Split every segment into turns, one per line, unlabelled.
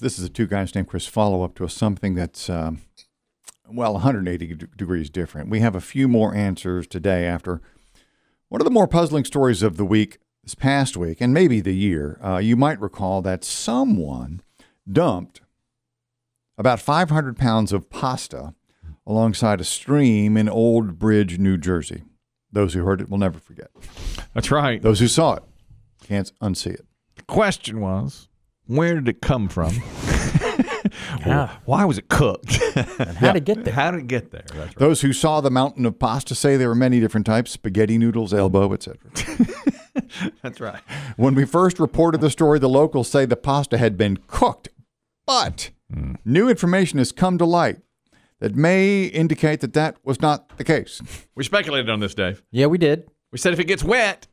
This is a two guys named Chris follow up to a, something that's, um, well, 180 d- degrees different. We have a few more answers today after one of the more puzzling stories of the week this past week and maybe the year. Uh, you might recall that someone dumped about 500 pounds of pasta alongside a stream in Old Bridge, New Jersey. Those who heard it will never forget.
That's right.
Those who saw it can't unsee it.
The question was, where did it come from? Or Why was it cooked?
And how to get there?
How did it get there? That's right.
Those who saw the mountain of pasta say there were many different types spaghetti noodles, elbow, etc.
That's right.
When we first reported the story, the locals say the pasta had been cooked, but new information has come to light that may indicate that that was not the case.
We speculated on this, Dave.
Yeah, we did.
We said if it gets wet,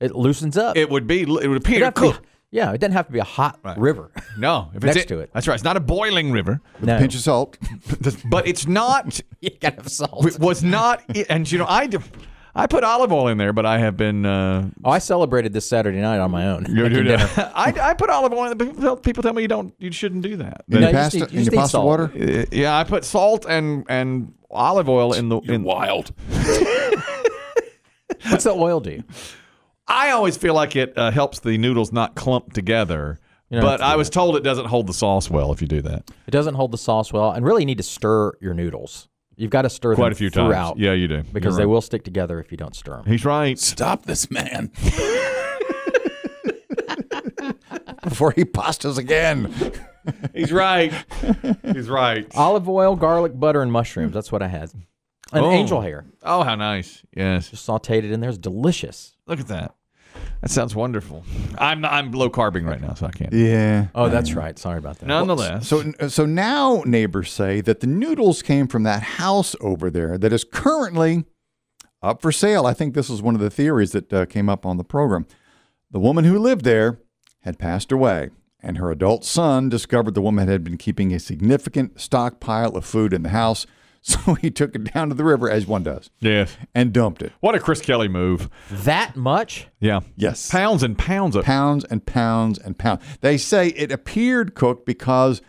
It loosens up.
it would be it would
It'd
appear
have to be-
cooked.
yeah, it doesn't have to be a hot river.
No, if
Next
it's
to it.
That's right. It's not a boiling river,
No.
Pinch of salt.
but it's not.
you gotta have salt.
It was not. And you know, I, def- I put olive oil in there, but I have been. Uh,
oh, I celebrated this Saturday night on my own. Making dinner.
I, I put olive oil in. But people tell- people tell me you don't. You shouldn't do that.
In
No,
your
you just
pasta,
need- you
in
just
your
need
pasta
salt.
water.
Uh, Yeah, I put salt and and olive oil in the in
Wild.
What's the oil do?
I always feel like it uh, helps the noodles not clump together.
don't have
But
to do
I was told it doesn't hold the sauce well if you do that.
It doesn't hold the sauce well, and really you need to stir your noodles. You've got to stir
Quite
them
a few times.
throughout.
Yeah, you do.
because
You're
they
right.
will stick together if you don't stir them.
He's right.
Stop this man.
before he pastas again.
He's right. He's right.
Olive oil, garlic, butter, and mushrooms. That's what I had. And
Oh.
angel hair.
Oh, how nice. Yes.
Just sauteed it in there. It's delicious.
Look at that. That sounds wonderful. I'm not, I'm low carbing right now, so I can't.
Yeah.
Oh, that's right. Sorry about that.
Nonetheless,
So, so now neighbors say that the noodles came from that house over there that is currently up for sale. I think this was one of the theories that uh, came up on the program. The woman who lived there had passed away, and her adult son discovered the woman had been keeping a significant stockpile of food in the house. So he took it down to the river, as one does,
yes.
and dumped it.
What a Chris Kelly move.
that much?
Yeah.
Yes.
Pounds and pounds of.
pounds and pounds and pounds. They say it appeared cooked because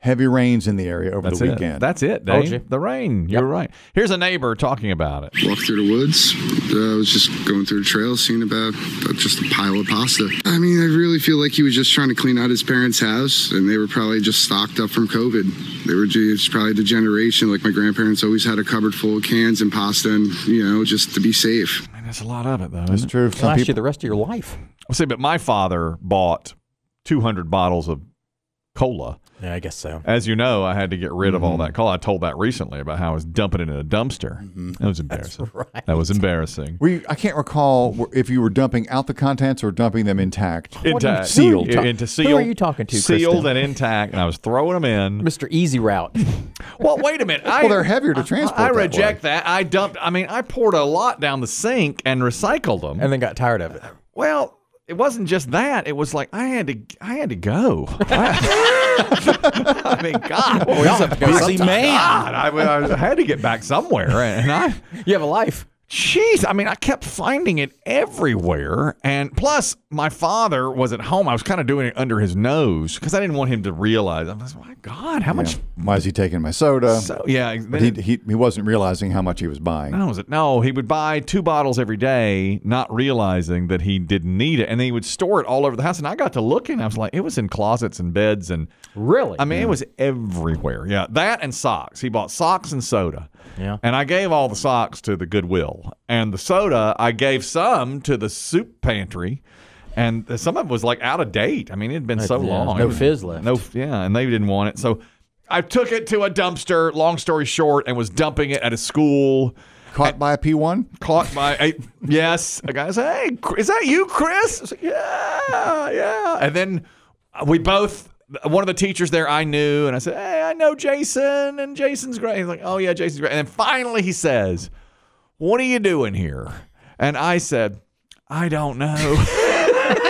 heavy rains in the area over
That's
the
it.
weekend.
That's it.
Told
Dave.
you.
The rain. You're right. Here's a neighbor talking about it.
Walked through the woods. Uh, I was just going through the trail, seeing about, about just a pile of pasta. I mean, I really feel like he was just trying to clean out his parents' house, and they were probably just stocked up from COVID. They were just probably the generation, like my grandparents always had a cupboard full of cans and pasta, and you know, just to be safe.
Man, that's a lot of it, though.
That's
isn't it?
true. Some
Last you
people,
the rest of your life.
I'll say, but my father bought 200 bottles of cola.
Yeah, I guess so.
As you know, I had to get rid of
Mm-hmm.
all that cola. I told that recently about how I was dumping it in a dumpster. That was embarrassing.
Mm-hmm. right.
That was embarrassing.
we I can't recall wh- if you were dumping out the contents or dumping them intact.
What are you-
Intact,
who are
sealed,
you ta-
into
who are
sealed.
you talking to,
Sealed
Kristen?
and intact, and I was throwing them in.
Mr. Easy Route.
Well, wait a minute. I,
Well, they're heavier to transport
I, I
that way.
reject that. I dumped. I mean, I poured a lot down the sink and recycled them.
and then got tired of it.
Well, it wasn't just that. It was like I had to. I had to go. I, I mean, God,
Busy man.
God, I, I had to get back somewhere, and I,
You have a life.
jeez, I mean, I kept finding it everywhere, and plus, my father was at home. I was kind of doing it under his nose because I didn't want him to realize. I was like, my God, how much?
Why is he taking my soda?
So yeah,
but he, he he wasn't realizing how much he was buying.
No, was it? No, he would buy two bottles every day, not realizing that he didn't need it, and then he would store it all over the house. And I got to looking, I was like, it was in closets and beds, and
Really?
I mean, it was everywhere. Yeah, that and socks. He bought socks and soda.
Yeah.
and I gave all the socks to the Goodwill, and the soda I gave some to the soup pantry. And some of it was like out of date. I mean, it had been so
yeah,
long.
no
It was-
fizz left.
No, f- yeah, and they didn't want it. So I took it to a dumpster. Long story short, and was dumping it at a school
Caught by a P one.
caught by a yes. A guy said, "Hey, Chr- is that you, Chris?" I was like, "Yeah, yeah." And then we both. One of the teachers there I knew, and I said, "Hey, I know Jason, and Jason's great." He's like, "Oh yeah, Jason's great." And then finally he says, "What are you doing here?" And I said, "I don't know."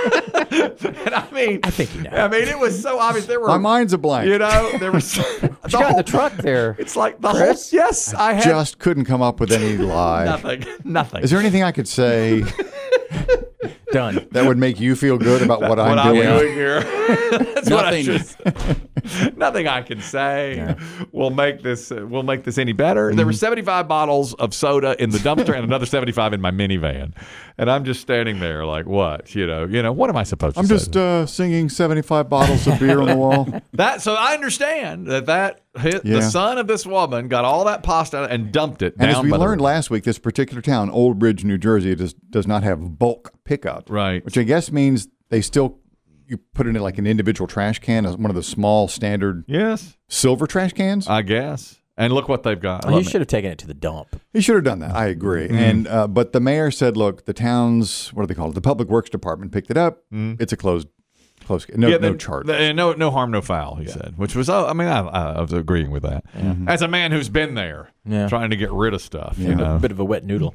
and I mean, I
think you know.
I mean, it was so obvious. There were
My mind's a blank.
You know, there was.
But you got in the truck there.
It's like the
Chris?
whole. Yes, I had
Just couldn't come up with any lie.
nothing. Nothing.
Is there anything I could say?
Done.
That would make you feel good about what,
what
I'm
I'm
doing.
doing here. That's what I
Nothing.
just- nothing I can say will make this uh, will make this any better. There were
Mm-hmm.
75 bottles of soda in the dumpster and another 75 in my minivan, and I'm just standing there like, what? You know, you know, what am I supposed to?
I'm
say
just uh, singing 75 bottles of beer on the wall.
That so I understand that that hit
Yeah.
the son of this woman got all that pasta and dumped it
And
down
as we
by the
learned
river.
last week, this particular town, Old Bridge, New Jersey, does, does not have bulk pickup.
Right.
Which I guess means they still, you put it in like an individual trash can, uh, one of the small standard
yes,
silver trash cans.
I guess. And look what they've
Oh,
got.
you
Let me-
should have taken it to the dump.
he should have done that. I agree. And uh, But the mayor said, look, the town's, what do they call it? The public works department picked it up. It's a closed, closed, no,
Yeah,
no
the-
charge.
the- no, no harm, no foul. He said, which was, oh, I mean, I, I was agreeing with that.
Mm-hmm.
As a man who's been there,
Yeah.
trying to get rid of stuff, you know.
Bit of a wet noodle.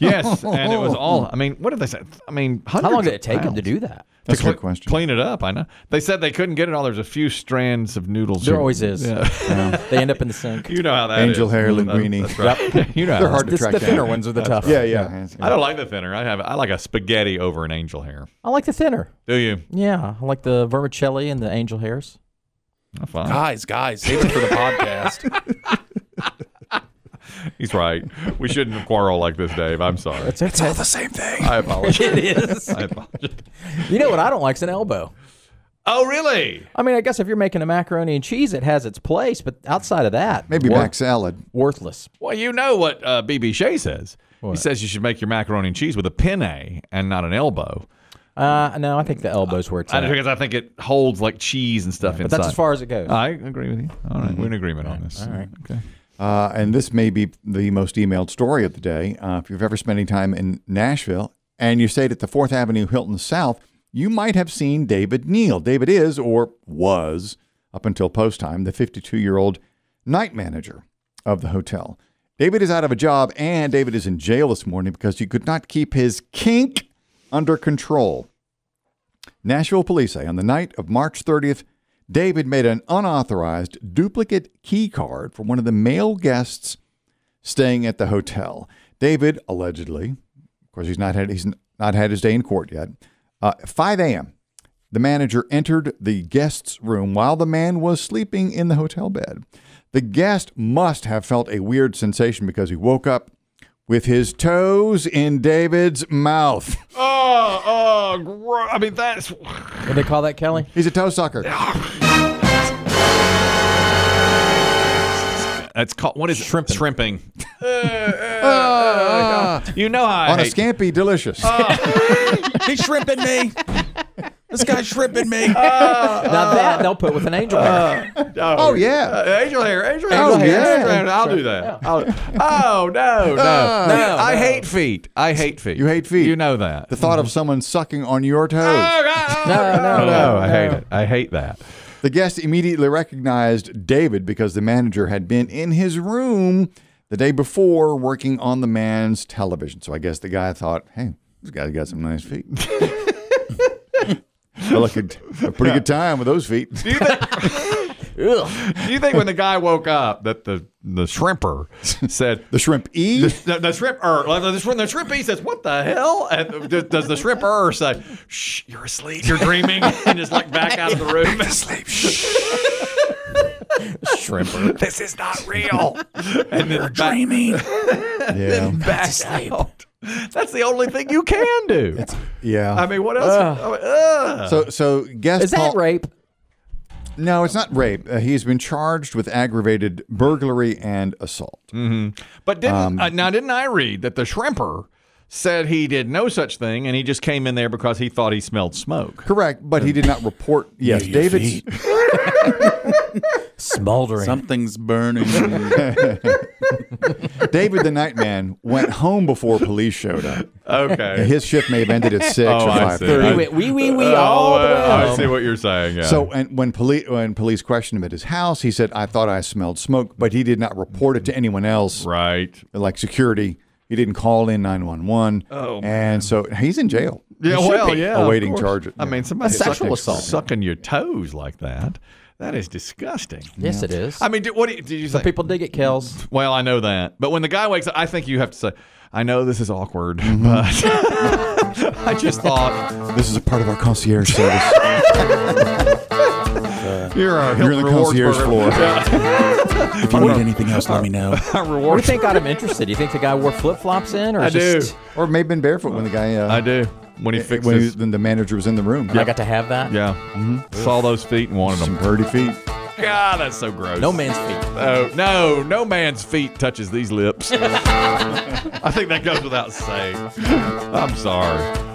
yes, and it was all. I mean, what did they say? I mean,
How long
hundreds of
did it take him to
pounds.
do that?
That's a
Cle-
good question.
Clean it up. I know. They said they couldn't get it all. There's a few strands of noodles.
There
here.
always is.
Yeah.
They end up in the sink.
You know how that
Angel
is.
hair,
Mm,
linguine.
That's right. you know,
They're
how
hard to
This-
track
the
down.
thinner ones are the tough.
Yeah, yeah.
I don't like the thinner. I have I like a spaghetti over an angel hair.
I like the thinner.
Do you?
Yeah, I like the vermicelli and the angel hairs.
I'm fine.
Guys, guys, save it for the podcast.
He's right. We shouldn't quarrel like this, Dave. I'm sorry.
It's all the same thing.
I apologize.
It is.
I apologize.
you know what I don't like is an elbow.
Oh, really?
I mean, I guess if you're making a macaroni and cheese, it has its place, but outside of that,
Maybe
wor-
back salad.
worthless.
Well, you know what uh, BB Shea says. He says you should make your macaroni and cheese with a penne and not an elbow.
Uh, no, I think the elbows where it's
I,
at.
because I think it holds like cheese and stuff
But
inside.
that's as far as it goes.
I agree with you. All right, we're in agreement on this. All right. Okay.
Uh, and this may be the most emailed story of the day. Uh, if you've ever spent any time in Nashville and you stayed at the Fourth Avenue Hilton South, you might have seen David Neal. David is, or was, up until post time, the 52 year old night manager of the hotel. David is out of a job and David is in jail this morning because he could not keep his kink under control. Nashville police say on the night of March 30th, David made an unauthorized duplicate key card for one of the male guests staying at the hotel. David allegedly, of course, he's not had he's not had his day in court yet. Uh, 5 a.m. The manager entered the guest's room while the man was sleeping in the hotel bed. The guest must have felt a weird sensation because he woke up with his toes in David's mouth.
Oh, oh, gro- I mean that's
What do they call that, Kelly?
He's a toe sucker.
that's called what is it?
Shrimping.
Shrimping. uh, you know how I
on a
hate- Oh,
scampy delicious.
He's shrimping me. This guy's shrimping me.
Oh.
now that they'll put with an angel hair.
oh yeah.
Uh, angel hair, angel hair.
Oh,
angel
yeah.
hair, angel hair. I'll do that. I'll- oh no, no, no! I hate feet. I hate feet.
You hate feet.
You know that.
The thought of someone sucking on your
Oh,
toes.
God, oh,
No,
God.
no,
No,
no.
I hate it. I hate that.
The guest immediately recognized David because the manager had been in his room the day before working on the man's television. So I guess the guy thought, hey, this guy's got some nice feet. I look at a pretty good time with those feet.
Ugh.
Do you think when the guy woke up that the the shrimper said?
The shrimp E.
The, the, the shrimper, the, the, shrimp- the shrimpy says, "What the hell?" And does, does the shrimper say, "Shh, you're asleep, you're dreaming," and just like back out of the room?
Sleep. Shh.
Shrimper.
this is not real. and then back,
Dreaming.
yeah.
back out. That's the only thing you can do.
Yeah.
I mean, what else? I mean, ugh.
so so guest
Is that
Paul-
rape?
No, it's not rape. Uh, he's been charged with aggravated burglary and assault.
But didn't uh, now didn't I read that the shrimper said he did no such thing and he just came in there because he thought he smelled smoke?
Correct, but he did not report. Yes,
Your
David's
feet.
Smoldering.
Something's burning.
David the Nightman went home before police showed up.
Okay.
His shift may have ended at six
Oh,
or
I
five
see.
thirty.
we went wee wee wee
Oh,
all the way
I I
home.
see what you're saying. Yeah.
So, and when police when police questioned him at his house, he said, "I thought I smelled smoke," but he did not report it to anyone else,
right.
like security. He didn't call in nine one one. Oh, and so he's in jail.
Yeah.
He should
Well.
be
yeah. of
awaiting
course.
charge.
I mean, somebody
Sexual
sucking,
assault.
sucking your toes like that. That is disgusting.
Yes, it is.
I mean, do, what do you, do you
Some
think?
people dig it, Kels.
Well, I know that. But when the guy wakes up, I think you have to say, I know this is awkward,
Mm-hmm.
but I just thought
This is a part of our concierge service.
you're our
You're in the
Hilton
concierge
Rewards
floor.
program.
If you need anything else, let me know.
Our
What do you
rewards.
think got him interested? Do you think the guy wore flip flops in, or
I do.
just
or may have been barefoot when the guy. Uh,
I do. When he fixes.
When, he- when the manager was in the room.
I got to have that?
yeah. Mm-hmm. Saw those feet and wanted
Some
them.
dirty feet.
God, that's so gross.
No man's feet.
Oh, no, no man's feet touches these lips. I think that goes without saying. I'm sorry.